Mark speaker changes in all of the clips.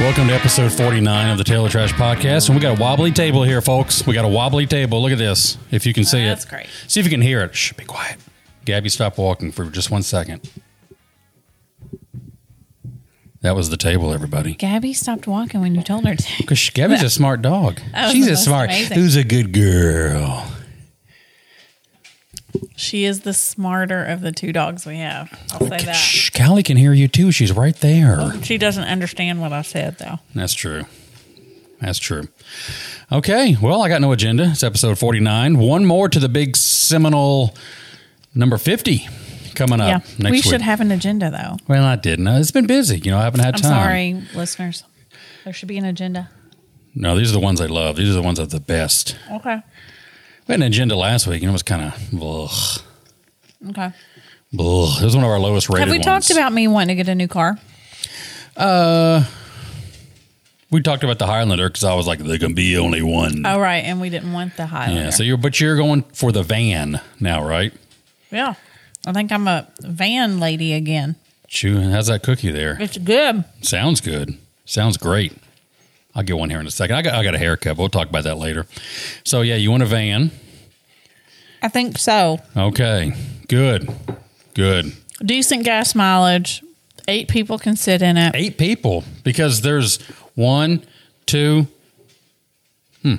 Speaker 1: Welcome to episode 49 of the Taylor Trash Podcast. And we got a wobbly table here, folks. We got a wobbly table. Look at this. If you can see
Speaker 2: That's
Speaker 1: it.
Speaker 2: great.
Speaker 1: See if you can hear it. Shh, be quiet. Gabby, stop walking for just one second. That was the table, everybody.
Speaker 2: Gabby stopped walking when you told her to.
Speaker 1: Because Gabby's a smart dog.
Speaker 2: was
Speaker 1: She's
Speaker 2: the
Speaker 1: a
Speaker 2: most
Speaker 1: smart,
Speaker 2: amazing.
Speaker 1: who's a good girl.
Speaker 2: She is the smarter of the two dogs we have. I'll say that. Oh,
Speaker 1: Shh, Callie can hear you too. She's right there.
Speaker 2: She doesn't understand what I said though.
Speaker 1: That's true. That's true. Okay. Well, I got no agenda. It's episode 49. One more to the big seminal number 50 coming up
Speaker 2: yeah,
Speaker 1: Uh, next
Speaker 2: we
Speaker 1: week.
Speaker 2: should have an agenda though.
Speaker 1: well, I didn't. Uh, It's been busy. You know, I haven't had
Speaker 2: I'm
Speaker 1: time.
Speaker 2: sorry, listeners. There should be an agenda.
Speaker 1: No, these are the ones I love. These are the ones that are the best.
Speaker 2: Okay.
Speaker 1: We had an agenda last week and it was kind of, ugh,
Speaker 2: Okay.
Speaker 1: ugh. It was one of our lowest rated
Speaker 2: Have we
Speaker 1: ones.
Speaker 2: talked about me wanting to get a new car?
Speaker 1: We talked about the Highlander because I was like, there can be only one.
Speaker 2: Oh right, and we didn't want the Highlander.
Speaker 1: yeah. So you're, but you're going for the van now, right?
Speaker 2: yeah. I think I'm a van lady again.
Speaker 1: Chew. How's that cookie there?
Speaker 2: It's good.
Speaker 1: Sounds good. Sounds great. I'll get one here in a second. I got I got a haircut. We'll talk about that later. So yeah, you want a van?
Speaker 2: I think so.
Speaker 1: Okay. Good. Good.
Speaker 2: Decent gas mileage. Eight people can sit in it.
Speaker 1: Eight people because there's one, two. Hmm.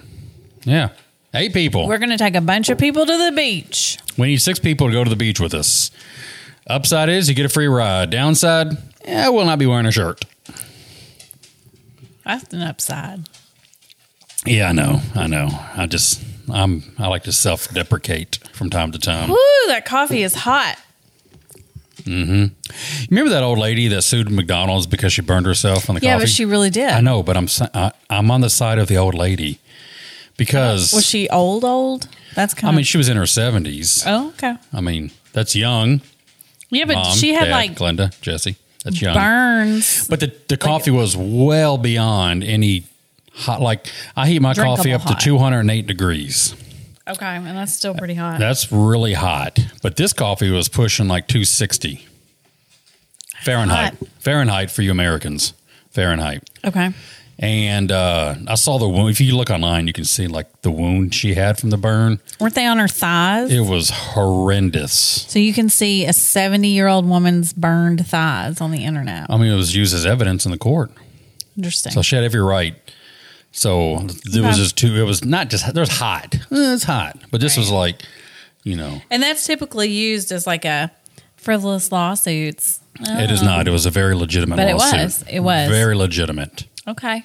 Speaker 1: Yeah. Eight people.
Speaker 2: We're gonna take a bunch of people to the beach.
Speaker 1: we need six people to go to the beach with us. Upside is you get a free ride. Downside, yeah, we'll not be wearing a shirt.
Speaker 2: That's an upside.
Speaker 1: Yeah, I know. I know. I just I'm I like to self-deprecate from time to time.
Speaker 2: Woo, that coffee is hot.
Speaker 1: Remember that old lady that sued McDonald's because she burned herself on the
Speaker 2: Yeah,
Speaker 1: coffee?
Speaker 2: but she really did.
Speaker 1: I know, but I'm si- I, I'm on the side of the old lady because
Speaker 2: Was she old, old? That's
Speaker 1: I
Speaker 2: kind
Speaker 1: mean
Speaker 2: of.
Speaker 1: she was in her 70s.
Speaker 2: oh, okay.
Speaker 1: I mean that's young.
Speaker 2: Yeah, but
Speaker 1: Mom,
Speaker 2: she had
Speaker 1: Dad,
Speaker 2: like
Speaker 1: Glenda, Jesse. That's young.
Speaker 2: burns.
Speaker 1: But the the coffee was well beyond any hot. Like I heat my
Speaker 2: Drinkable
Speaker 1: coffee up
Speaker 2: hot.
Speaker 1: to 208 degrees.
Speaker 2: Okay, and that's still pretty hot.
Speaker 1: That's really hot. But this coffee was pushing like 260 Fahrenheit.
Speaker 2: Hot.
Speaker 1: Fahrenheit for you Americans. Fahrenheit.
Speaker 2: okay.
Speaker 1: And uh, I saw the wound. If you look online, you can see like the wound she had from the burn.
Speaker 2: Weren't they on her thighs?
Speaker 1: It was horrendous.
Speaker 2: so you can see a 70 year old woman's burned thighs on the internet.
Speaker 1: I mean, it was used as evidence in the court.
Speaker 2: Interesting.
Speaker 1: Oh, So she had every right. So it was just too. It was not just. There's hot. Eh, It's hot, but this was like, you know,
Speaker 2: and that's typically used as like a frivolous lawsuits.
Speaker 1: it is not. It was a very legitimate.
Speaker 2: But it
Speaker 1: lawsuit.
Speaker 2: was. It was.
Speaker 1: very legitimate.
Speaker 2: Okay.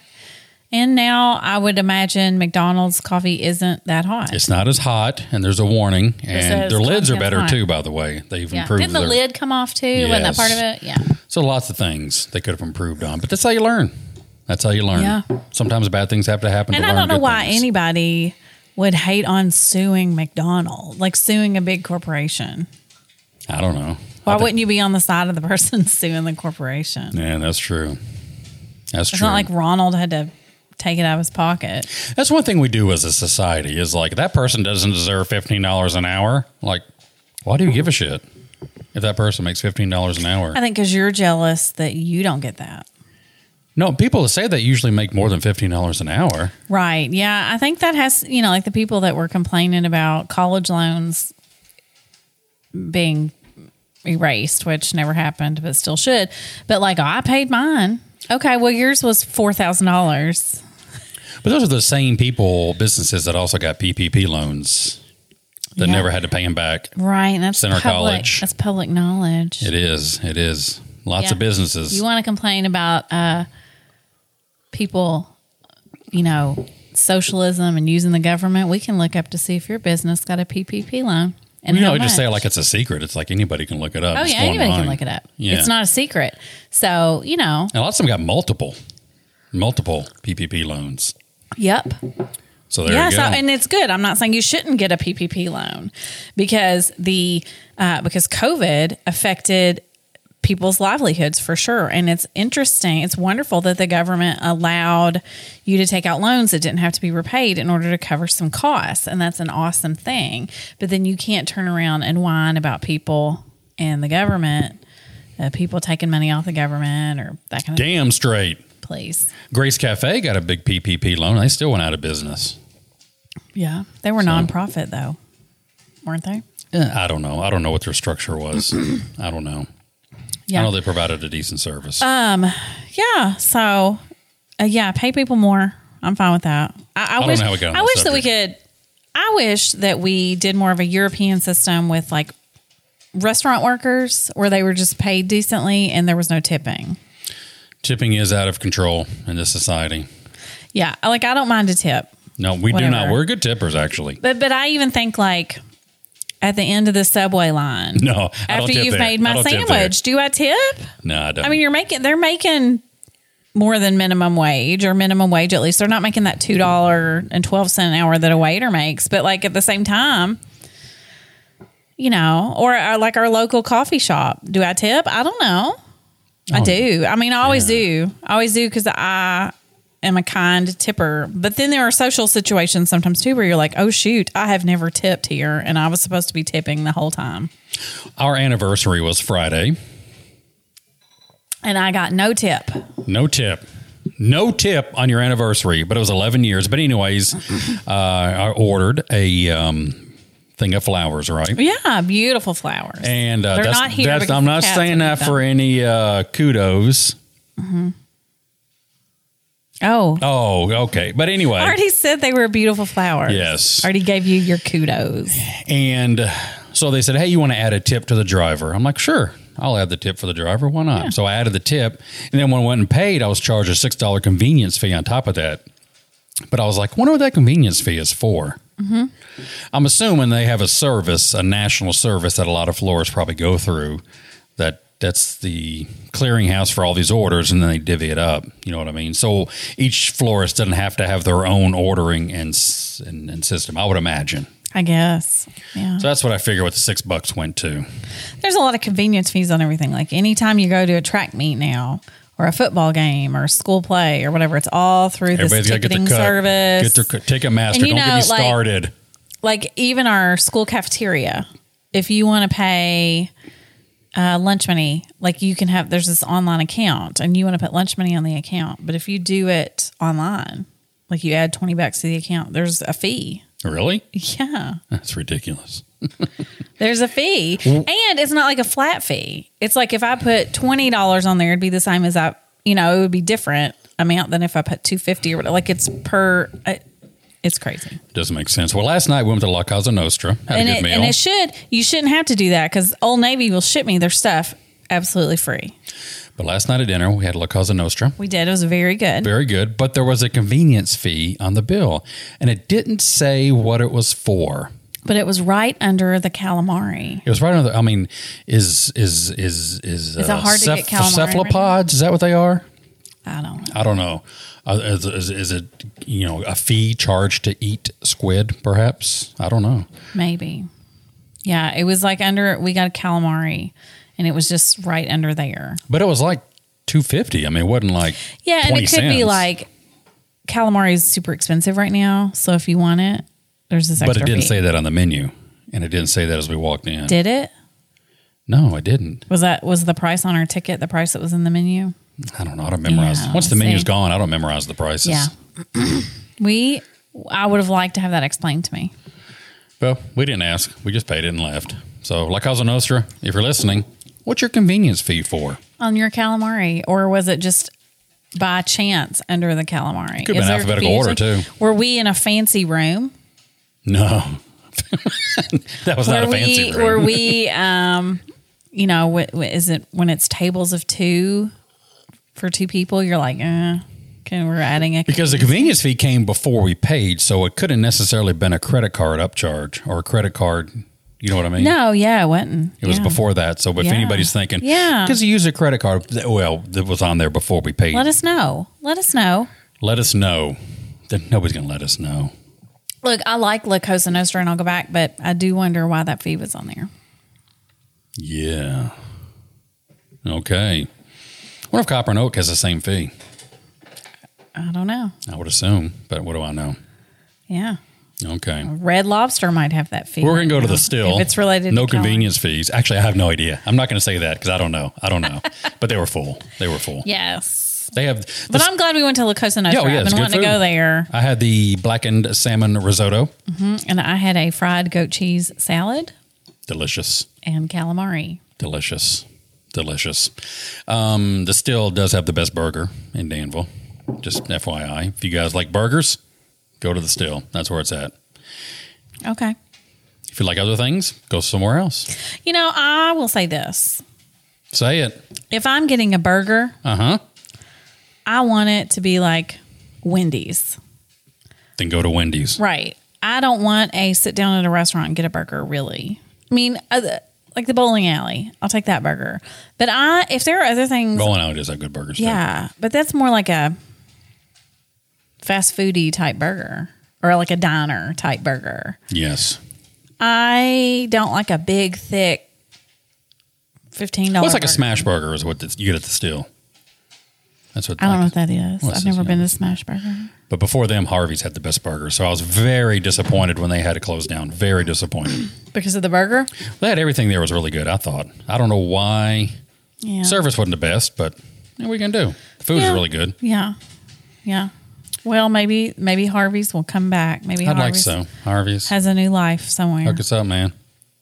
Speaker 2: And now I would imagine McDonald's coffee isn't that hot.
Speaker 1: It's not as hot, and there's a warning, and
Speaker 2: says
Speaker 1: their lids are
Speaker 2: contents
Speaker 1: better
Speaker 2: hot.
Speaker 1: too. By the way, they've
Speaker 2: yeah.
Speaker 1: improved.
Speaker 2: Didn't the
Speaker 1: their-
Speaker 2: lid come off too? Wasn't that
Speaker 1: Yes.
Speaker 2: part of it? Yeah.
Speaker 1: So lots of things they could have improved on, but that's how you learn. That's how you learn.
Speaker 2: Yeah.
Speaker 1: Sometimes bad things have to happen.
Speaker 2: And
Speaker 1: to
Speaker 2: I
Speaker 1: learn
Speaker 2: don't know
Speaker 1: good
Speaker 2: why
Speaker 1: things.
Speaker 2: anybody would hate on suing McDonald's, like suing a big corporation.
Speaker 1: I don't know.
Speaker 2: Why
Speaker 1: I think-
Speaker 2: wouldn't you be on the side of the person suing the corporation?
Speaker 1: Yeah, that's true. That's
Speaker 2: It's
Speaker 1: true.
Speaker 2: not like Ronald had to take it out of his pocket.
Speaker 1: that's one thing we do as a society is like that person doesn't deserve fifteen dollars an hour. Like, why do you give a shit if that person makes fifteen dollars an hour?
Speaker 2: I think because you're jealous that you don't get that.
Speaker 1: No, people that say that usually make more than fifteen dollars an hour.
Speaker 2: Right. Yeah. I think that has, you know, like the people that were complaining about college loans being erased, which never happened, but still should. But like, oh, I paid mine. Okay. Well, yours was $4,000.
Speaker 1: But those are the same people, businesses that also got PPP loans that
Speaker 2: Yeah.
Speaker 1: never had to pay them back.
Speaker 2: Right. and That's
Speaker 1: Center
Speaker 2: public,
Speaker 1: College.
Speaker 2: That's public knowledge.
Speaker 1: It is. It is. Lots
Speaker 2: Yeah.
Speaker 1: of businesses.
Speaker 2: You want to complain about uh, people, you know, socialism and using the government? We can look up to see if your business got a PPP loan. And
Speaker 1: You
Speaker 2: how
Speaker 1: know, just say it
Speaker 2: much.
Speaker 1: like it's a secret. It's like anybody can look it up.
Speaker 2: oh
Speaker 1: Just
Speaker 2: yeah,
Speaker 1: go
Speaker 2: anybody can
Speaker 1: online.
Speaker 2: look it up.
Speaker 1: Yeah.
Speaker 2: It's not a secret. So you know,
Speaker 1: And lots of them got multiple, multiple PPP loans.
Speaker 2: yep.
Speaker 1: So there
Speaker 2: yeah,
Speaker 1: you
Speaker 2: so
Speaker 1: go.
Speaker 2: and it's good. I'm not saying you shouldn't get a PPP loan because the uh, because COVID affected people's livelihoods for sure. And it's interesting. It's wonderful that the government allowed you to take out loans that didn't have to be repaid in order to cover some costs, and that's an awesome thing. But then you can't turn around and whine about people and the government, uh, people taking money off the government or that kind of
Speaker 1: Damn straight.
Speaker 2: please.
Speaker 1: Grace Cafe got a big PPP loan. They still went out of business.
Speaker 2: Yeah. They were nonprofit though, weren't they?
Speaker 1: Eh, I don't know. I don't know what their structure was. I don't know.
Speaker 2: Yeah. Uh,
Speaker 1: I know they provided a decent service.
Speaker 2: Yeah. So, uh, yeah, pay people more. I'm fine with that. I, I,
Speaker 1: don't
Speaker 2: wish.
Speaker 1: know how we got on
Speaker 2: I
Speaker 1: that
Speaker 2: wish that we could. I wish that we did more of a European system with like restaurant workers, where they were just paid decently and there was no tipping.
Speaker 1: Tipping is out of control in this society.
Speaker 2: Yeah, I- like I don't mind a tip,
Speaker 1: No, we do not.
Speaker 2: Whatever.
Speaker 1: We're good tippers, actually.
Speaker 2: but but I even think like at the end of the subway line
Speaker 1: No, I don't
Speaker 2: after
Speaker 1: tip
Speaker 2: you've
Speaker 1: there.
Speaker 2: made
Speaker 1: I
Speaker 2: my
Speaker 1: don't tip there.
Speaker 2: sandwich, do I tip?
Speaker 1: No, I don't.
Speaker 2: I mean, you're making they're making more than minimum wage or minimum wage at least. They're not making that two dollar and twelve cent an hour that a waiter makes, but like at the same time, you know, or uh, like our local coffee shop. Do I tip? I don't know. I
Speaker 1: Oh,
Speaker 2: do. I mean, I always
Speaker 1: yeah.
Speaker 2: do. I always do because I am a kind tipper. But then there are social situations sometimes too where you're like, oh shoot, I have never tipped here, and I was supposed to be tipping the whole time,
Speaker 1: Our anniversary was Friday.
Speaker 2: and I got no tip.
Speaker 1: No tip. No tip on your anniversary, but it was 11 years. But, anyways, uh, I ordered a um, thing of flowers, right?
Speaker 2: Yeah, beautiful flowers.
Speaker 1: And uh,
Speaker 2: They're
Speaker 1: that's,
Speaker 2: not here
Speaker 1: that's,
Speaker 2: because
Speaker 1: I'm
Speaker 2: the
Speaker 1: not
Speaker 2: cats
Speaker 1: saying
Speaker 2: ate
Speaker 1: that
Speaker 2: them.
Speaker 1: for any uh, kudos.
Speaker 2: oh,
Speaker 1: Oh, okay. But anyway,
Speaker 2: I already said they were beautiful flowers.
Speaker 1: Yes.
Speaker 2: already gave you your kudos.
Speaker 1: And so they said, Hey, you want to add a tip to the driver? I'm like, Sure, I'll add the tip for the driver. Why not? So I added the tip. And then when I went and paid, I was charged a $6 convenience fee on top of that. But I was like, Wonder what that convenience fee is for. I'm assuming they have a service, a national service that a lot of florists probably go through that. That's the clearinghouse for all these orders, and then they divvy it up. You know what I mean? So each florist doesn't have to have their own ordering and s- and, and system. I would imagine.
Speaker 2: I guess. Yeah.
Speaker 1: So that's what I figure what the six bucks went to.
Speaker 2: There's a lot of convenience fees on everything. Like anytime you go to a track meet now or a football game or school play or whatever, it's all through this
Speaker 1: Everybody's got to get
Speaker 2: ticketing
Speaker 1: the cut.
Speaker 2: service.
Speaker 1: Get their cut. Take a master.
Speaker 2: And you
Speaker 1: Don't get me
Speaker 2: know, like-
Speaker 1: started.
Speaker 2: like even our school cafeteria, if you want to pay uh, lunch money, like you can have, there's this online account and you want to put lunch money on the account. But if you do it online, like you add 20 bucks to the account, there's a fee.
Speaker 1: really?
Speaker 2: Yeah.
Speaker 1: That's ridiculous.
Speaker 2: There's a fee. And it's not like a flat fee. It's like if I put twenty dollars on there, it'd be the same as I you know, it would be different amount than if I put two fifty or whatever. Like it's per I- it's crazy.
Speaker 1: Doesn't make sense. Well, last night we went to La Casa Nostra. Had
Speaker 2: And
Speaker 1: a good
Speaker 2: it,
Speaker 1: meal.
Speaker 2: and it should you shouldn't have to do that because Old Navy will ship me their stuff absolutely free.
Speaker 1: but last night at dinner we had La Casa Nostra.
Speaker 2: We did. It was very good.
Speaker 1: Very good. But there was a convenience fee on the bill, and it didn't say what it was for.
Speaker 2: but it was right under the calamari.
Speaker 1: It was right on the. I mean, is is is is, uh,
Speaker 2: it hard to get calamari right now?
Speaker 1: cephalopods? Is that what they are?
Speaker 2: I don't know.
Speaker 1: I don't know. Uh, is, is, is it you know a fee charged to eat squid? Perhaps I don't know.
Speaker 2: Maybe. Yeah, it was like under we got a calamari and it was just right under there.
Speaker 1: But it was like two fifty. I mean, it wasn't like
Speaker 2: Yeah, and
Speaker 1: 20
Speaker 2: it could be
Speaker 1: cents.
Speaker 2: like calamari is super expensive right now. So if you want it, there's this extra.
Speaker 1: But it didn't
Speaker 2: fee.
Speaker 1: say that on the menu, and it didn't say that as we walked in.
Speaker 2: Did it?
Speaker 1: no, it didn't.
Speaker 2: Was that was the price on our ticket the price that was in the menu?
Speaker 1: I don't know. I don't memorize.
Speaker 2: Yeah,
Speaker 1: Once the
Speaker 2: see.
Speaker 1: menu's gone, I don't memorize the prices.
Speaker 2: Yeah. we I would have liked to have that explained to me.
Speaker 1: Well, we didn't ask. We just paid it and left. So, La Casa Nostra, if you're listening, what's your convenience fee for?
Speaker 2: On your calamari, or was it just by chance under the calamari?
Speaker 1: Could have been
Speaker 2: Is there
Speaker 1: alphabetical
Speaker 2: confusion?
Speaker 1: order, too.
Speaker 2: Were we in a fancy room?
Speaker 1: No, that was not a
Speaker 2: were
Speaker 1: fancy
Speaker 2: we
Speaker 1: room.
Speaker 2: were we um you know wh- wh- is it when it's tables of two for two people you're like uh okay we're adding a
Speaker 1: Because the convenience fee came before we paid, so it couldn't necessarily been a credit card upcharge or a credit card. You know what I mean?
Speaker 2: no yeah it wasn't
Speaker 1: It was
Speaker 2: Yeah.
Speaker 1: before that. So if
Speaker 2: Yeah.
Speaker 1: anybody's thinking,
Speaker 2: Yeah.
Speaker 1: because you use a credit card, th- well, that was on there before we paid.
Speaker 2: let us know let us know
Speaker 1: Let us know. Then nobody's going to let us know.
Speaker 2: look I like La Cosa Nostra and I'll go back but I do wonder why that fee was on there
Speaker 1: Yeah. Okay. I wonder if Copper and Oak has the same fee.
Speaker 2: I don't know
Speaker 1: I would assume, but what do I know?
Speaker 2: yeah
Speaker 1: Okay.
Speaker 2: Red Lobster might have that fee
Speaker 1: We're going to go to the
Speaker 2: If
Speaker 1: still.
Speaker 2: it's related
Speaker 1: No
Speaker 2: to calamari.
Speaker 1: convenience fees. Actually, I have no idea. I'm not going to say that because I don't know. I don't know. but they were full. They were full.
Speaker 2: yes stuff.
Speaker 1: They have.
Speaker 2: But I'm glad we went to La Cosa Nostra.
Speaker 1: Yeah, oh, yeah,
Speaker 2: I've
Speaker 1: it's
Speaker 2: been
Speaker 1: good
Speaker 2: wanting to
Speaker 1: food.
Speaker 2: go there.
Speaker 1: I had the blackened salmon risotto.
Speaker 2: And I had a fried goat cheese salad
Speaker 1: Delicious.
Speaker 2: and calamari.
Speaker 1: Delicious. Delicious. Um, the still does have the best burger in Danville. Just FYI. If you guys like burgers, go to the still. That's where it's at.
Speaker 2: Okay.
Speaker 1: If you like other things, go somewhere else.
Speaker 2: You know, I will say this.
Speaker 1: Say it.
Speaker 2: If I'm getting a burger,
Speaker 1: Uh huh.
Speaker 2: I want it to be like Wendy's.
Speaker 1: Then go to Wendy's.
Speaker 2: Right. I don't want a sit down at a restaurant and get a burger, really. I mean, uh, like the bowling alley, I'll take that burger. But I, if there are other things,
Speaker 1: Bowling Alley does have good burgers. too.
Speaker 2: yeah, but that's more like a fast foody type burger or like a diner type burger.
Speaker 1: Yes.
Speaker 2: I don't like a big, thick $15.
Speaker 1: Well, it's like a
Speaker 2: burger.
Speaker 1: smash burger is what this- you get at the still. That's what.
Speaker 2: I don't know what that is.
Speaker 1: What's
Speaker 2: I've
Speaker 1: this
Speaker 2: never been
Speaker 1: now?
Speaker 2: to Smash Burger.
Speaker 1: But before them, Harvey's had the best burger. So I was very disappointed when they had to close down. Very disappointed.
Speaker 2: Because of the burger?
Speaker 1: they had everything there was really good. I thought. I don't know why.
Speaker 2: Yeah.
Speaker 1: Service wasn't the best, but what are we gonna do? The food
Speaker 2: Yeah.
Speaker 1: is really good.
Speaker 2: Yeah. Yeah. Well, maybe maybe Harvey's will come back. Maybe
Speaker 1: I'd like
Speaker 2: Harvey's
Speaker 1: so. Harvey's.
Speaker 2: has a new life somewhere.
Speaker 1: Hook us up, man.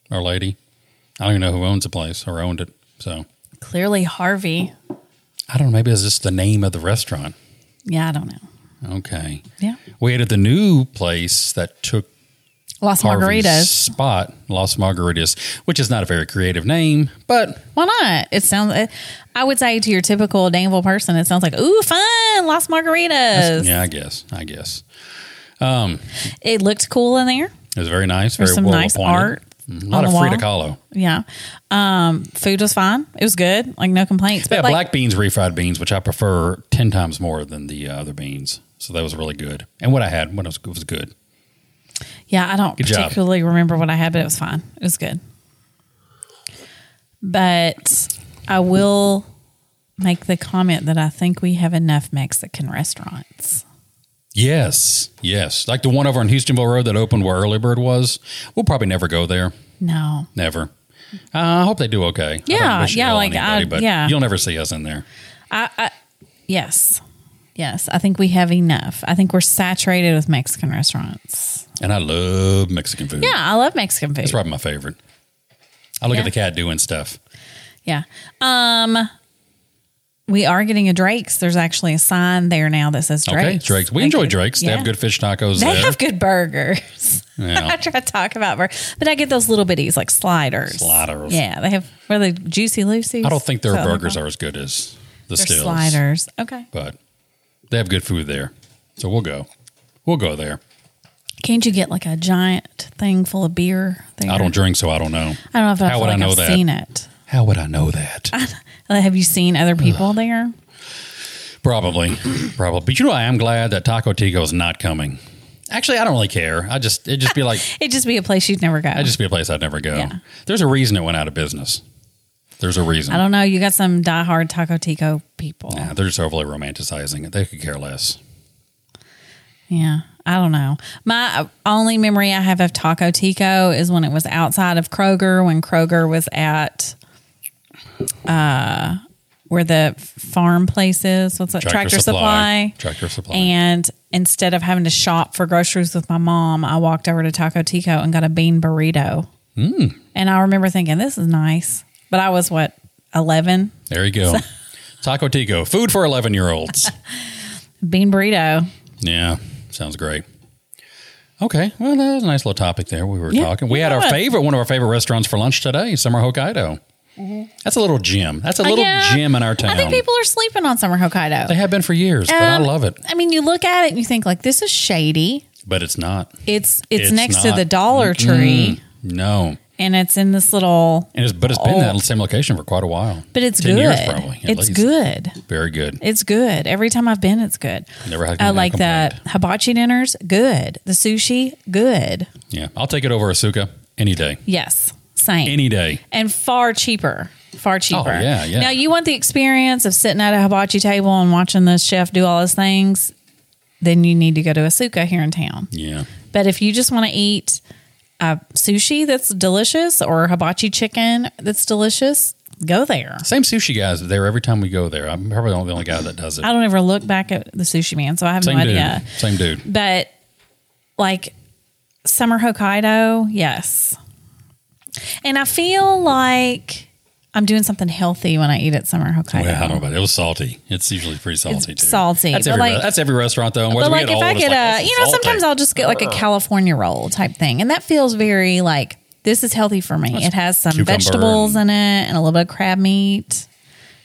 Speaker 1: Or lady. I don't even know who owns the place or owned it. So
Speaker 2: Clearly Harvey.
Speaker 1: I don't know. Maybe it's just the name of the restaurant.
Speaker 2: Yeah, I don't know.
Speaker 1: Okay.
Speaker 2: Yeah.
Speaker 1: We ate at the new place that took
Speaker 2: Las
Speaker 1: Harvey's
Speaker 2: Margaritas.
Speaker 1: spot, Las Margaritas, which is not a very creative name, but
Speaker 2: Why not? It sounds I would say to your typical Danville person, it sounds like, ooh, fun, Las Margaritas.
Speaker 1: yeah, I guess. I guess.
Speaker 2: It looked cool in there.
Speaker 1: It was very nice. Very Mm-hmm.
Speaker 2: There's some
Speaker 1: well
Speaker 2: nice
Speaker 1: appointed.
Speaker 2: art.
Speaker 1: A lot
Speaker 2: on
Speaker 1: of
Speaker 2: the
Speaker 1: Frida
Speaker 2: wall.
Speaker 1: Kahlo.
Speaker 2: Yeah. Um, food was fine. It was good. Like no complaints.
Speaker 1: They
Speaker 2: But
Speaker 1: had
Speaker 2: like,
Speaker 1: black beans, refried beans, which I prefer 10 times more than the uh, other beans. So that was really good. And what I had when it was, it was good.
Speaker 2: Yeah, I don't
Speaker 1: Good job.
Speaker 2: particularly remember what I had, but it was fine. It was good. But I will make the comment that I think we have enough Mexican restaurants.
Speaker 1: Yes. Yes. Like the one over on Houstonville Road that opened where Early Bird was. We'll probably never go there.
Speaker 2: No.
Speaker 1: Never. Uh, I hope they do okay. I don't
Speaker 2: Yeah,
Speaker 1: wish
Speaker 2: yeah,
Speaker 1: ill on
Speaker 2: like, I-
Speaker 1: but
Speaker 2: yeah.
Speaker 1: You'll never see us in there.
Speaker 2: Yes. Yes. I think we have enough. I think we're saturated with Mexican restaurants.
Speaker 1: And I love Mexican food.
Speaker 2: Yeah, I love Mexican food.
Speaker 1: It's probably my favorite. I look
Speaker 2: Yeah.
Speaker 1: at the cat doing stuff.
Speaker 2: Yeah. Um we are getting a Drake's. There's actually a sign there now that says Drake's.
Speaker 1: Okay, Drake's. We
Speaker 2: They
Speaker 1: enjoy
Speaker 2: could-
Speaker 1: Drake's. They
Speaker 2: yeah.
Speaker 1: have good fish tacos.
Speaker 2: They
Speaker 1: there.
Speaker 2: have good burgers.
Speaker 1: Yeah.
Speaker 2: I try to talk about burger, but I get those little bitties like sliders.
Speaker 1: Sliders.
Speaker 2: Yeah, they have where the juicy Lucy's.
Speaker 1: I don't think their
Speaker 2: Is that what they're
Speaker 1: burgers
Speaker 2: called?
Speaker 1: are as good as the
Speaker 2: They're
Speaker 1: stills,
Speaker 2: sliders. Okay.
Speaker 1: but they have good food there. So we'll go. We'll go there.
Speaker 2: Can't you get like a giant thing full of beer? There?
Speaker 1: I don't drink, so I don't know.
Speaker 2: I don't know if I
Speaker 1: How
Speaker 2: feel
Speaker 1: would I
Speaker 2: like
Speaker 1: know
Speaker 2: I've
Speaker 1: that?
Speaker 2: seen it.
Speaker 1: How would I know that?
Speaker 2: Like, Have you seen other people there?
Speaker 1: Probably, probably. But you know, I am glad that Taco Tico is not coming. Actually, I don't really care. I just it'd just be like
Speaker 2: It'd just be a place you'd never go. I
Speaker 1: it'd just be a place I'd never go.
Speaker 2: Yeah.
Speaker 1: There's a reason it went out of business. There's a reason.
Speaker 2: don't know. You got some diehard Taco Tico people.
Speaker 1: Nah, they're just overly romanticizing it. They could care less.
Speaker 2: Yeah, I don't know. My only memory I have of Taco Tico is when it was outside of Kroger when Kroger was at uh where the farm place is. What's that? Tractor, Supply.
Speaker 1: Tractor Supply.
Speaker 2: And instead of having to shop for groceries with my mom, I walked over to Taco Tico and got a bean burrito. And I remember thinking, this is nice. But I was what, 11?
Speaker 1: there you go. Taco Tico, food for 11 year olds.
Speaker 2: Bean burrito.
Speaker 1: Yeah, sounds great. Okay, well, that was a nice little topic there. We were
Speaker 2: Yeah,
Speaker 1: talking. We had
Speaker 2: yeah.
Speaker 1: our favorite, one of our favorite restaurants for lunch today, Summer Hokkaido. That's a little gym. That's a little
Speaker 2: yeah.
Speaker 1: gym in our town.
Speaker 2: Mm-hmm. I think people are sleeping on summer Hokkaido.
Speaker 1: they have been for years, but I
Speaker 2: Um,
Speaker 1: love it.
Speaker 2: I mean, you look at it and you think like this is shady.
Speaker 1: But it's not.
Speaker 2: It's it's,
Speaker 1: It's
Speaker 2: next to
Speaker 1: not.
Speaker 2: the Dollar Tree
Speaker 1: No,
Speaker 2: and it's in this little
Speaker 1: and it's but it's been that same location for quite a while.
Speaker 2: Oh. but it's
Speaker 1: 10
Speaker 2: good.
Speaker 1: years probably. at
Speaker 2: it's
Speaker 1: least.
Speaker 2: good.
Speaker 1: Very good.
Speaker 2: It's good. Every time I've been, it's good.
Speaker 1: Never had
Speaker 2: I
Speaker 1: a
Speaker 2: like
Speaker 1: complaint.
Speaker 2: the hibachi dinners. Good. The sushi. Good.
Speaker 1: Yeah, I'll take it over Asuka any day.
Speaker 2: Yes. Same.
Speaker 1: Any day.
Speaker 2: and far cheaper. Far cheaper.
Speaker 1: yeah, yeah.
Speaker 2: Now you want the experience of sitting at a hibachi table and watching the chef do all his things, then you need to go to Asuka here in town.
Speaker 1: Yeah.
Speaker 2: But if you just want to eat uh, sushi that's delicious or hibachi chicken that's delicious, go there.
Speaker 1: Same sushi guys there every time we go there. I'm probably the only guy that does it.
Speaker 2: I don't ever look back at the sushi man, so I have
Speaker 1: Same
Speaker 2: no
Speaker 1: dude.
Speaker 2: idea.
Speaker 1: Same dude.
Speaker 2: But like summer Hokkaido, yes. And I feel like I'm doing something healthy when I eat at summer Hokkaido.
Speaker 1: Well, I don't know about it. It was salty. It's usually pretty salty too.
Speaker 2: Um, salty,
Speaker 1: That's
Speaker 2: but
Speaker 1: every,
Speaker 2: like-
Speaker 1: re- that's every restaurant though. And whether
Speaker 2: but
Speaker 1: we
Speaker 2: like
Speaker 1: get
Speaker 2: if
Speaker 1: old,
Speaker 2: I
Speaker 1: it's
Speaker 2: get
Speaker 1: like,
Speaker 2: a,
Speaker 1: this
Speaker 2: you
Speaker 1: is
Speaker 2: know,
Speaker 1: salty.
Speaker 2: sometimes I'll just get like a California roll type thing, and that feels very like this is healthy for me. it has some
Speaker 1: cucumber
Speaker 2: vegetables in it and a little bit of crab meat.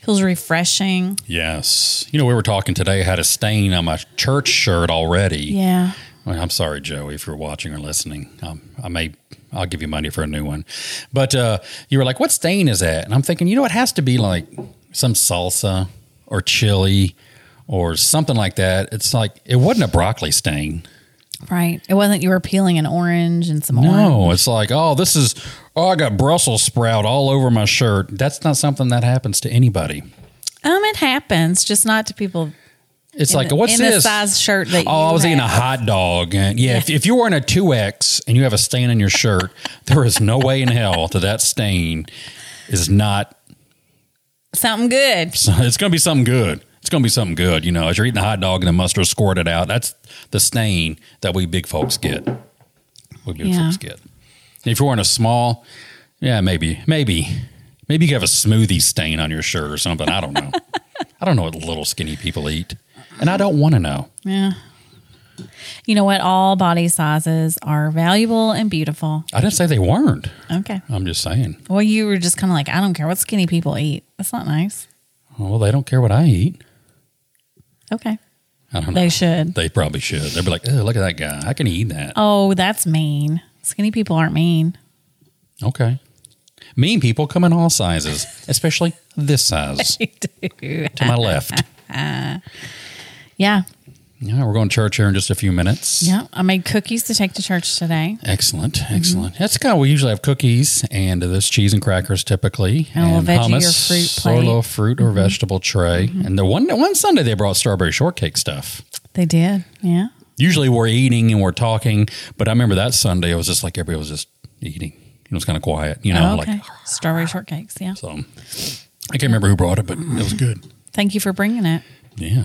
Speaker 2: Feels refreshing.
Speaker 1: Yes. You know, we were talking today. I had a stain on my church shirt already.
Speaker 2: Yeah.
Speaker 1: Well, I'm sorry, Joe, if you're watching or listening. Um, I may, I'll give you money for a new one. But uh, you were like, what stain is that? And I'm thinking, you know, it has to be like some salsa or chili or something like that. It's like, it wasn't a broccoli stain.
Speaker 2: Right. It wasn't you were peeling an orange and some orange.
Speaker 1: No, it's like, oh, this is, oh, I got Brussels sprout all over my shirt. That's not something that happens to anybody.
Speaker 2: Um, it happens, just not to people
Speaker 1: It's like,
Speaker 2: the-
Speaker 1: what's
Speaker 2: in
Speaker 1: this?
Speaker 2: the size shirt that
Speaker 1: Oh,
Speaker 2: you
Speaker 1: I was eating a
Speaker 2: have.
Speaker 1: hot dog. And yeah, If, if you're wearing a 2X and you have a stain on your shirt, there is no way in hell that that stain is not,
Speaker 2: something good.
Speaker 1: it's going to be something good. It's going to be something good. You know, as you're eating a hot dog and the mustard squirted out, that's the stain that we big folks get. We big
Speaker 2: Yeah.
Speaker 1: folks get. And if you're wearing a small, yeah, maybe, maybe, maybe you have a smoothie stain on your shirt or something. I don't know. I don't know what little skinny people eat. And I don't want to know.
Speaker 2: Yeah. You know what? All body sizes are valuable and beautiful.
Speaker 1: I didn't say they weren't.
Speaker 2: Okay.
Speaker 1: I'm just saying.
Speaker 2: Well, you were just kind of like, I don't care what skinny people eat. That's not nice.
Speaker 1: Well, they don't care what I eat.
Speaker 2: Okay.
Speaker 1: I don't know.
Speaker 2: They should.
Speaker 1: They probably should. They'd be like, "Ugh, look at that guy. How can he eat that?
Speaker 2: Oh, that's mean. Skinny people aren't mean.
Speaker 1: Okay. Mean people come in all sizes, especially this size to my left.
Speaker 2: yeah.
Speaker 1: Yeah, we're going to church here in just a few minutes.
Speaker 2: Yeah. Mm-hmm. I made cookies to take to church today
Speaker 1: Excellent. Excellent. That's kind of, we usually have cookies and there's cheese and crackers typically.
Speaker 2: And a little veggie
Speaker 1: Or a
Speaker 2: or fruit plate. Mm-hmm.
Speaker 1: little fruit or vegetable tray. And the one, one Sunday they brought strawberry shortcake stuff.
Speaker 2: they did. Yeah.
Speaker 1: usually we're eating and we're talking, but I remember that Sunday it was just like everybody was just eating. It was kind of quiet, you know,
Speaker 2: Oh, okay.
Speaker 1: like
Speaker 2: Strawberry shortcakes. Yeah.
Speaker 1: so. I can't remember who brought it, but it was good.
Speaker 2: Thank you for bringing it.
Speaker 1: Yeah.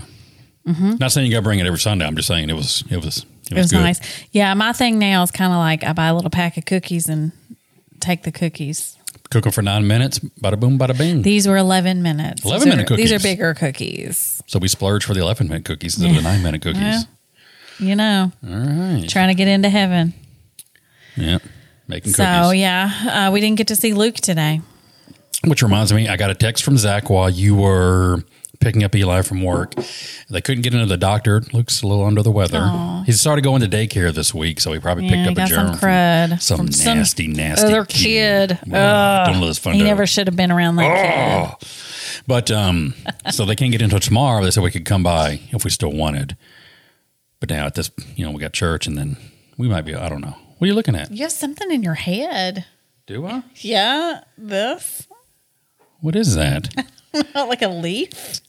Speaker 1: Not saying you got to bring it every Sunday. I'm just saying it was it was it was,
Speaker 2: Mm-hmm. It was
Speaker 1: good.
Speaker 2: nice. Yeah, my thing now is kind of like I buy a little pack of cookies and take the cookies.
Speaker 1: Cook them for nine minutes. Bada boom, bada bing.
Speaker 2: These were 11 minutes.
Speaker 1: 11
Speaker 2: These
Speaker 1: minute
Speaker 2: are- These are
Speaker 1: cookies.
Speaker 2: bigger cookies.
Speaker 1: so we splurged for the eleven minute cookies instead of the nine minute cookies.
Speaker 2: You know,
Speaker 1: All right.
Speaker 2: trying to get into heaven.
Speaker 1: Yeah. Making
Speaker 2: So,
Speaker 1: cookies.
Speaker 2: yeah, uh, we didn't get to see Luke today.
Speaker 1: Which reminds me, I got a text from Zach while you were picking up Eli from work. They couldn't get into the doctor. Luke's a little under the weather. He started going to daycare this week, so he probably
Speaker 2: Yeah, he
Speaker 1: picked up
Speaker 2: got
Speaker 1: a germ.
Speaker 2: some crud
Speaker 1: Some,
Speaker 2: from some
Speaker 1: nasty, nasty
Speaker 2: other kid.
Speaker 1: Well, don't let us find
Speaker 2: He
Speaker 1: out.
Speaker 2: never should have been around that
Speaker 1: Oh. But um, so they can't get into tomorrow. They said we could come by if we still wanted. But now at this, you know, we got church, and then we might be. I don't know. What are you looking at?
Speaker 2: kid. You have something in your head.
Speaker 1: Do I?
Speaker 2: Yeah, this.
Speaker 1: What is that?
Speaker 2: Not like a leaf.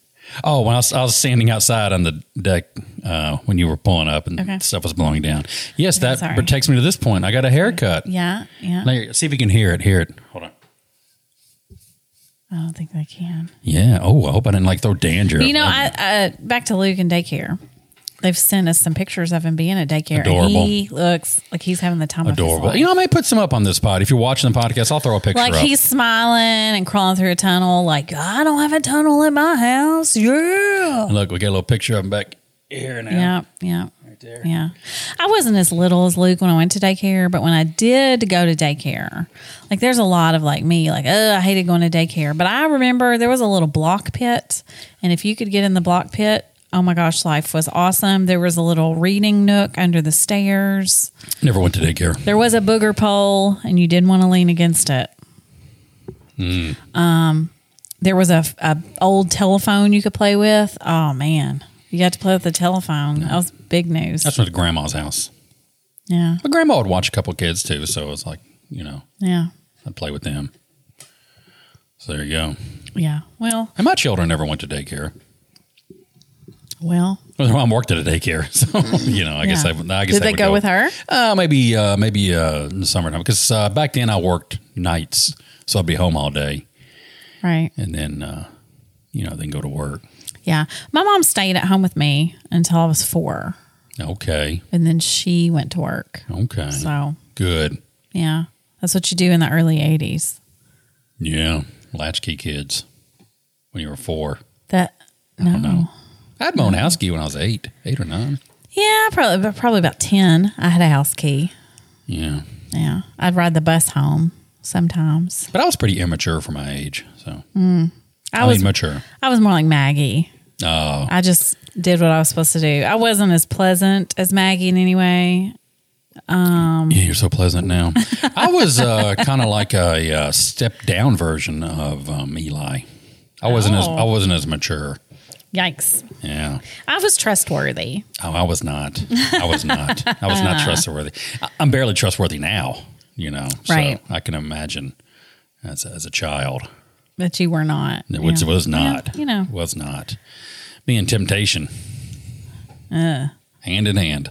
Speaker 1: Oh, when I was, I was standing outside on the deck uh, when you were pulling up and
Speaker 2: Okay.
Speaker 1: stuff was blowing down. Yes, that
Speaker 2: sorry.
Speaker 1: takes me to this point. I got a haircut.
Speaker 2: Yeah, yeah.
Speaker 1: Now, here, see if you can hear it. Hear it. Hold on.
Speaker 2: I don't think they can.
Speaker 1: Yeah. Oh, I hope I didn't like throw danger.
Speaker 2: You know, I, I uh, back to Luke and daycare. They've sent us some pictures of him being at daycare.
Speaker 1: Adorable.
Speaker 2: And he looks like he's having the time of
Speaker 1: adorable.
Speaker 2: his
Speaker 1: You
Speaker 2: life.
Speaker 1: know, I may put some up on this pod. If you're watching the podcast, I'll throw a picture
Speaker 2: Like
Speaker 1: up.
Speaker 2: he's smiling and crawling through a tunnel. Like I don't have a tunnel at my house. Yeah.
Speaker 1: And Look, we got a little picture of him back here now.
Speaker 2: Yeah. Yeah.
Speaker 1: Right there.
Speaker 2: Yeah. I wasn't as little as Luke when I went to daycare, but when I did go to daycare, like there's a lot of like me, like, oh, I hated going to daycare. But I remember there was a little block pit. And if you could get in the block pit, oh my gosh, life was awesome. There was a little reading nook under the stairs.
Speaker 1: Never went to daycare.
Speaker 2: There was a booger pole, and you didn't want to lean against it. Um, there was a, a old telephone you could play with. Oh man, you got to play with the telephone. That was big news.
Speaker 1: That's went to grandma's house.
Speaker 2: yeah,
Speaker 1: But grandma would watch a couple kids too, so it's like you know,
Speaker 2: yeah,
Speaker 1: I play with them. So there you go.
Speaker 2: yeah. Well,
Speaker 1: And my children never went to daycare.
Speaker 2: well.
Speaker 1: Well, their mom worked at a daycare, so you know. I guess I,
Speaker 2: Yeah.
Speaker 1: I guess
Speaker 2: Did
Speaker 1: I
Speaker 2: they
Speaker 1: would
Speaker 2: go with her?
Speaker 1: Uh, maybe, uh, maybe uh, in the summertime because uh, back then I worked nights, so I'd be home all day.
Speaker 2: Right.
Speaker 1: and then uh, you know then go to work.
Speaker 2: Yeah. My mom stayed at home with me until I was four,
Speaker 1: Okay,
Speaker 2: and then she went to work.
Speaker 1: okay,
Speaker 2: So,
Speaker 1: good.
Speaker 2: yeah, that's what you do in the early 80s.
Speaker 1: Yeah, latchkey kids when you were four.
Speaker 2: That, no.
Speaker 1: I had my own house key when I was eight, eight or nine.
Speaker 2: Yeah, probably, but probably about 10. I had a house key.
Speaker 1: Yeah,
Speaker 2: Yeah. I'd ride the bus home sometimes.
Speaker 1: but I was pretty immature for my age. So
Speaker 2: I,
Speaker 1: I,
Speaker 2: was
Speaker 1: mean, mature.
Speaker 2: I was more like Maggie.
Speaker 1: Oh,
Speaker 2: I just did what I was supposed to do. I wasn't as pleasant as Maggie in any way. um,
Speaker 1: yeah, you're so pleasant now. I was uh, kind of like a uh, step down version of um, Eli. I wasn't as
Speaker 2: Oh.
Speaker 1: I wasn't as mature.
Speaker 2: Yikes.
Speaker 1: Yeah.
Speaker 2: I was trustworthy.
Speaker 1: Oh, I was not. I was not. I was
Speaker 2: Ah.
Speaker 1: not trustworthy. I- I'm barely trustworthy now, you know.
Speaker 2: Right.
Speaker 1: So I can imagine as a, as a child.
Speaker 2: But you were not.
Speaker 1: It was,
Speaker 2: Yeah.
Speaker 1: was not.
Speaker 2: Yeah, you know.
Speaker 1: Was not. Me and temptation.
Speaker 2: Uh.
Speaker 1: Hand in hand.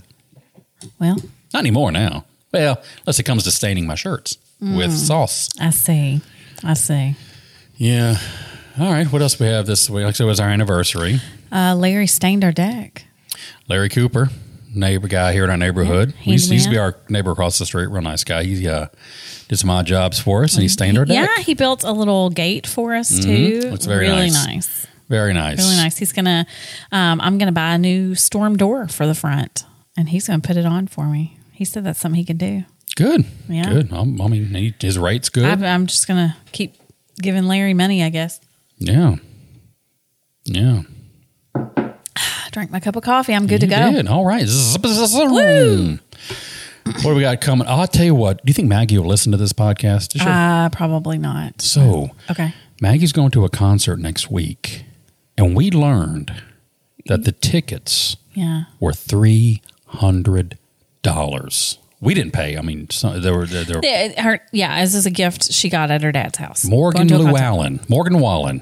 Speaker 2: Well,
Speaker 1: Not anymore now. Well, unless it comes to staining my shirts with
Speaker 2: Mm.
Speaker 1: sauce.
Speaker 2: I see. I see.
Speaker 1: Yeah. All right. What else we have this week? Like, so it was our anniversary.
Speaker 2: Uh, Larry stained our deck.
Speaker 1: Larry Cooper, neighbor guy here in our neighborhood. He used, he used to be our neighbor across the street, real nice guy. He uh, did some odd jobs for us, and he stained our deck.
Speaker 2: Mm-hmm. Yeah, he built a little gate for us too.
Speaker 1: Looks very
Speaker 2: really
Speaker 1: nice.
Speaker 2: nice.
Speaker 1: Very nice.
Speaker 2: Really nice. He's gonna. Um, I'm gonna buy a new storm door for the front, and he's gonna put it on for me. He said that's something he could do.
Speaker 1: Good.
Speaker 2: Yeah.
Speaker 1: Good. Um, I mean, he, his rate's good.
Speaker 2: I, I'm just gonna keep giving Larry money, I guess.
Speaker 1: yeah. Yeah.
Speaker 2: I drank my cup of coffee. I'm good
Speaker 1: You
Speaker 2: to go.
Speaker 1: did. All right. Zzz, zzz, zzz. What do we got coming? I'll tell you what. Do you think Maggie will listen to this podcast? Sure.
Speaker 2: Uh, probably not.
Speaker 1: so,
Speaker 2: Okay.
Speaker 1: Maggie's going to a concert next week, and we learned that the tickets
Speaker 2: Yeah.
Speaker 1: were three hundred dollars. We didn't pay. I mean, some, there were there, there were
Speaker 2: Yeah, it- her, yeah, this is a gift she got at her dad's house.
Speaker 1: Morgan
Speaker 2: Going to a
Speaker 1: Lou
Speaker 2: concert.
Speaker 1: Allen, Morgan Wallen,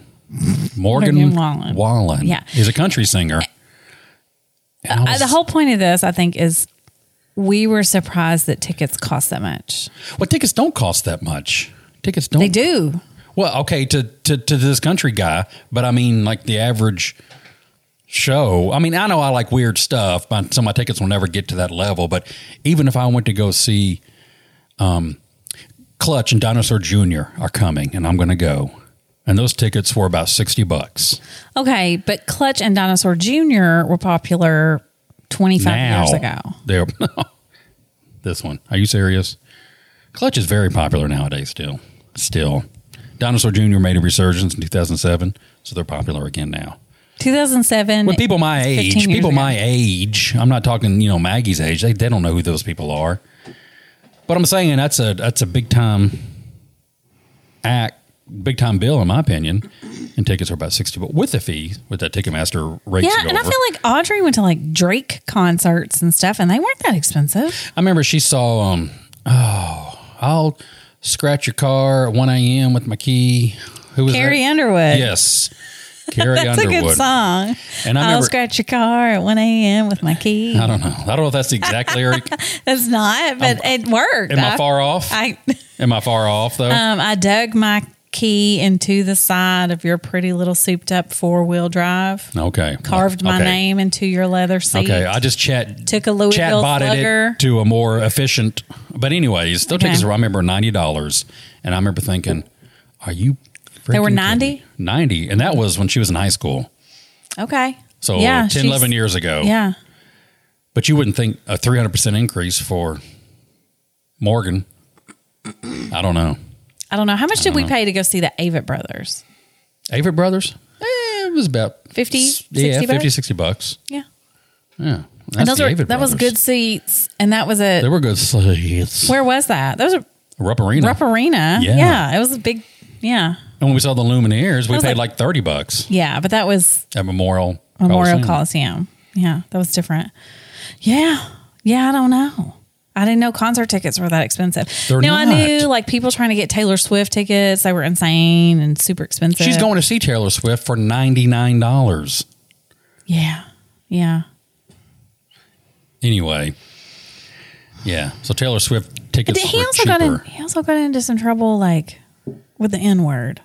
Speaker 1: Morgan,
Speaker 2: Morgan Wallen.
Speaker 1: Wallen.
Speaker 2: Yeah.
Speaker 1: he's a country singer. And I
Speaker 2: Uh,
Speaker 1: was-
Speaker 2: the whole point of this, I think, is we were surprised that tickets cost that much.
Speaker 1: well, tickets don't cost that much. Tickets don't.
Speaker 2: They do.
Speaker 1: Well, okay, to, to to this country guy, but I mean, like the average show. I mean, I know I like weird stuff, but some of my tickets will never get to that level. But even if I went to go see, um, Clutch and Dinosaur Jr. are coming, and I'm going to go, and those tickets were about sixty bucks.
Speaker 2: Okay, but Clutch and Dinosaur Jr. were popular 25 years ago.
Speaker 1: they're this one. Are you serious? Clutch is very popular nowadays. Still, still, Dinosaur Jr. made a resurgence in 2007, so they're popular again now.
Speaker 2: 2007.
Speaker 1: But people my age,
Speaker 2: 15 years
Speaker 1: people
Speaker 2: ago.
Speaker 1: my age, I'm not talking, you know, Maggie's age. They, they don't know who those people are. But I'm saying that's a that's a big time act, big time bill in my opinion. And tickets are about sixty, but with the fee, with that Ticketmaster rate,
Speaker 2: yeah, and I feel like Audrey went to like Drake concerts and stuff, and they weren't that expensive.
Speaker 1: I remember she saw, um, oh, I'll scratch your car at 1 a.m. with my key. Who was
Speaker 2: Carrie
Speaker 1: that?
Speaker 2: Underwood.
Speaker 1: Yes. Carrie
Speaker 2: That's
Speaker 1: Underwood.
Speaker 2: a good song.
Speaker 1: And I
Speaker 2: I'll
Speaker 1: remember-
Speaker 2: scratch your car at 1 a.m. with my key.
Speaker 1: I don't know. I don't know if that's the exact lyric.
Speaker 2: That's not, but it worked.
Speaker 1: Am I
Speaker 2: I-
Speaker 1: far off?
Speaker 2: I,
Speaker 1: Am I far off though?
Speaker 2: um, I dug my key into the side of your pretty little souped up four wheel drive,
Speaker 1: okay.
Speaker 2: carved my
Speaker 1: Okay.
Speaker 2: name into your leather seat.
Speaker 1: Okay, I just chat
Speaker 2: Took a
Speaker 1: chat
Speaker 2: Louisville
Speaker 1: botted
Speaker 2: slugger.
Speaker 1: it to a more efficient. But anyways, those
Speaker 2: Okay.
Speaker 1: tickets were I remember ninety dollars, and I remember thinking, "Are you?"
Speaker 2: They were
Speaker 1: freaking kidding me?
Speaker 2: 90?
Speaker 1: Ninety, and that was when she was in high school,
Speaker 2: Okay.
Speaker 1: so
Speaker 2: yeah,
Speaker 1: 10,
Speaker 2: she's-
Speaker 1: 11 years ago.
Speaker 2: Yeah.
Speaker 1: But you wouldn't think a three hundred percent increase for Morgan. I don't know.
Speaker 2: I don't know. How much did
Speaker 1: Uh-huh.
Speaker 2: we pay to go see the Avett Brothers?
Speaker 1: Avett Brothers, eh, it was about
Speaker 2: 50,
Speaker 1: s- yeah,
Speaker 2: 60 bucks?
Speaker 1: 50, 60 bucks.
Speaker 2: Yeah.
Speaker 1: Yeah,
Speaker 2: And
Speaker 1: That's
Speaker 2: those
Speaker 1: the
Speaker 2: were,
Speaker 1: Avett
Speaker 2: that was
Speaker 1: Brothers.
Speaker 2: good seats. And that was
Speaker 1: They
Speaker 2: a,
Speaker 1: were good seats.
Speaker 2: where was that? That was a
Speaker 1: Rupp Arena.
Speaker 2: Rupp Arena.
Speaker 1: Yeah.
Speaker 2: Yeah. It was a big, yeah.
Speaker 1: And when we saw the Lumineers, we
Speaker 2: was
Speaker 1: paid
Speaker 2: like-
Speaker 1: like thirty bucks
Speaker 2: Yeah. But that was
Speaker 1: at Memorial
Speaker 2: Memorial
Speaker 1: Coliseum.
Speaker 2: Coliseum. Yeah. That was different. Yeah. Yeah. I don't know. I didn't know concert tickets were that expensive.
Speaker 1: They're
Speaker 2: now I
Speaker 1: not.
Speaker 2: knew like people trying to get Taylor Swift tickets, they were insane and super expensive.
Speaker 1: She's going to see Taylor Swift for ninety nine dollars.
Speaker 2: Yeah. Yeah.
Speaker 1: Anyway, yeah. So Taylor Swift tickets
Speaker 2: Did- he
Speaker 1: were
Speaker 2: also
Speaker 1: cheaper.
Speaker 2: got in, he also got into some trouble like with the N word.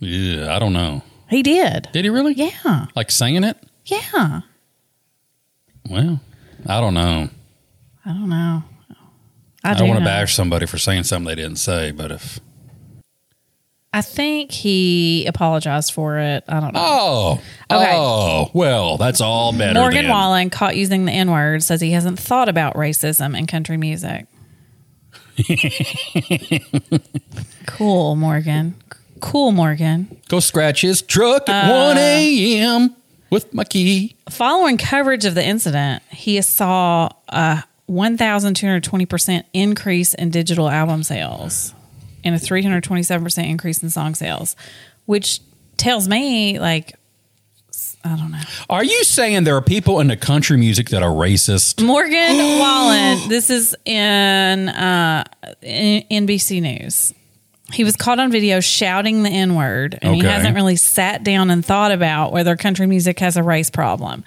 Speaker 1: Yeah, I don't know.
Speaker 2: He did.
Speaker 1: Did he really?
Speaker 2: Yeah.
Speaker 1: Like singing it?
Speaker 2: Yeah.
Speaker 1: Well, I don't know.
Speaker 2: I don't know.
Speaker 1: I,
Speaker 2: do
Speaker 1: don't want to
Speaker 2: know.
Speaker 1: bash somebody for saying something they didn't say, but if
Speaker 2: I think he apologized for it. I don't know.
Speaker 1: oh,
Speaker 2: Okay.
Speaker 1: oh, well, that's all better.
Speaker 2: Morgan
Speaker 1: then.
Speaker 2: Wallen, caught using the N word, says he hasn't thought about racism in country music. cool, Morgan. Cool, Morgan.
Speaker 1: Go scratch his truck at
Speaker 2: Uh,
Speaker 1: one a.m. with my key.
Speaker 2: Following coverage of the incident, he saw a 1,220% increase in digital album sales and a 327% increase in song sales, which tells me, like, I don't know.
Speaker 1: Are you saying there are people in the country music that are racist?
Speaker 2: Morgan Wallen. This is in uh, N- NBC News. He was caught on video shouting the N word, and he
Speaker 1: Okay.
Speaker 2: hasn't really sat down and thought about whether country music has a race problem.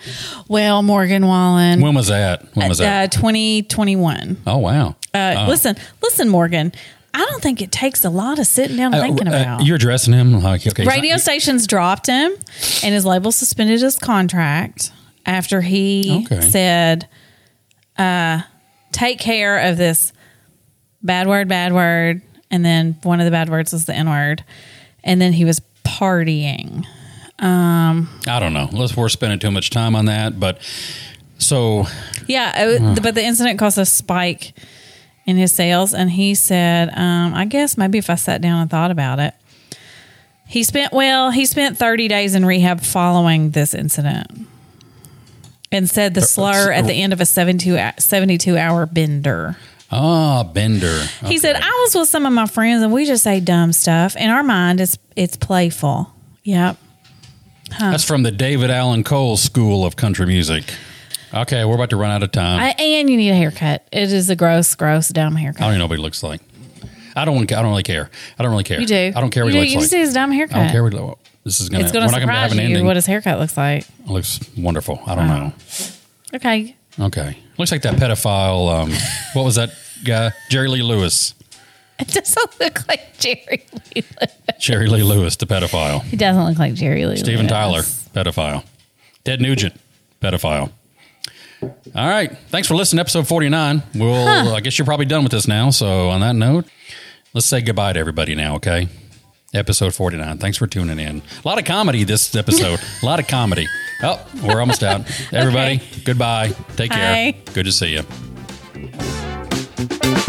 Speaker 2: Well, Morgan Wallen,
Speaker 1: When was that? When was that?
Speaker 2: uh, 2021.
Speaker 1: Oh wow.
Speaker 2: Uh, Listen, listen, Morgan. I don't think it takes a lot of sitting down and thinking
Speaker 1: Uh, uh,
Speaker 2: about.
Speaker 1: you're addressing him like okay, he's not-
Speaker 2: Radio stations dropped him, and his label suspended his contract after he
Speaker 1: Okay.
Speaker 2: said, uh, "Take care of this bad word, bad word," and then one of the bad words was the N word, and then he was partying.
Speaker 1: I don't know. Let's we're spending too much time on that, but so
Speaker 2: Yeah, it
Speaker 1: Hmm.
Speaker 2: was, but the incident caused a spike in his sales, and he said, um, "I guess maybe if I sat down and thought about it." He spent well. He spent 30 days in rehab following this incident, and said
Speaker 1: Uh,
Speaker 2: the slur at the end of a 72 hou- 72 hour bender.
Speaker 1: ah, Bender.
Speaker 2: He said, uh, "I was with some of my friends, and we just say dumb stuff. In our mind, it's it's playful. Yep,
Speaker 1: That's from the David Allen Cole School of Country Music. Okay, we're about to run out of time. I,
Speaker 2: I, and you need a haircut. It is a gross, gross, dumb haircut.
Speaker 1: don't even know what he looks like. I don't. want- I don't really care. I don't really care.
Speaker 2: You do.
Speaker 1: I don't care
Speaker 2: You
Speaker 1: what
Speaker 2: do.
Speaker 1: he
Speaker 2: You
Speaker 1: looks
Speaker 2: see
Speaker 1: like.
Speaker 2: his dumb haircut.
Speaker 1: I don't care what. he look- This is gonna.
Speaker 2: It's going
Speaker 1: we're not
Speaker 2: to
Speaker 1: gonna have
Speaker 2: surprise
Speaker 1: an
Speaker 2: you
Speaker 1: ending.
Speaker 2: what his haircut looks like.
Speaker 1: It looks wonderful. I don't
Speaker 2: Okay.
Speaker 1: know. Okay, looks like that pedophile. Um, what was that guy? Jerry Lee Lewis.
Speaker 2: It doesn't look like Jerry Lee.
Speaker 1: Jerry Lee Lewis, the pedophile.
Speaker 2: He doesn't look like Jerry Lee.
Speaker 1: Steven
Speaker 2: Lewis.
Speaker 1: Tyler, pedophile. Ted Nugent, pedophile. All right. Thanks for listening to episode 49. We'll, I guess you're probably done with this now. So, on that note, let's say goodbye to everybody now, okay? Episode 49. Thanks for tuning in. A lot of comedy this episode. A lot of comedy. Oh, we're almost out. Everybody, goodbye. Take care.
Speaker 2: Bye.
Speaker 1: Good to see you.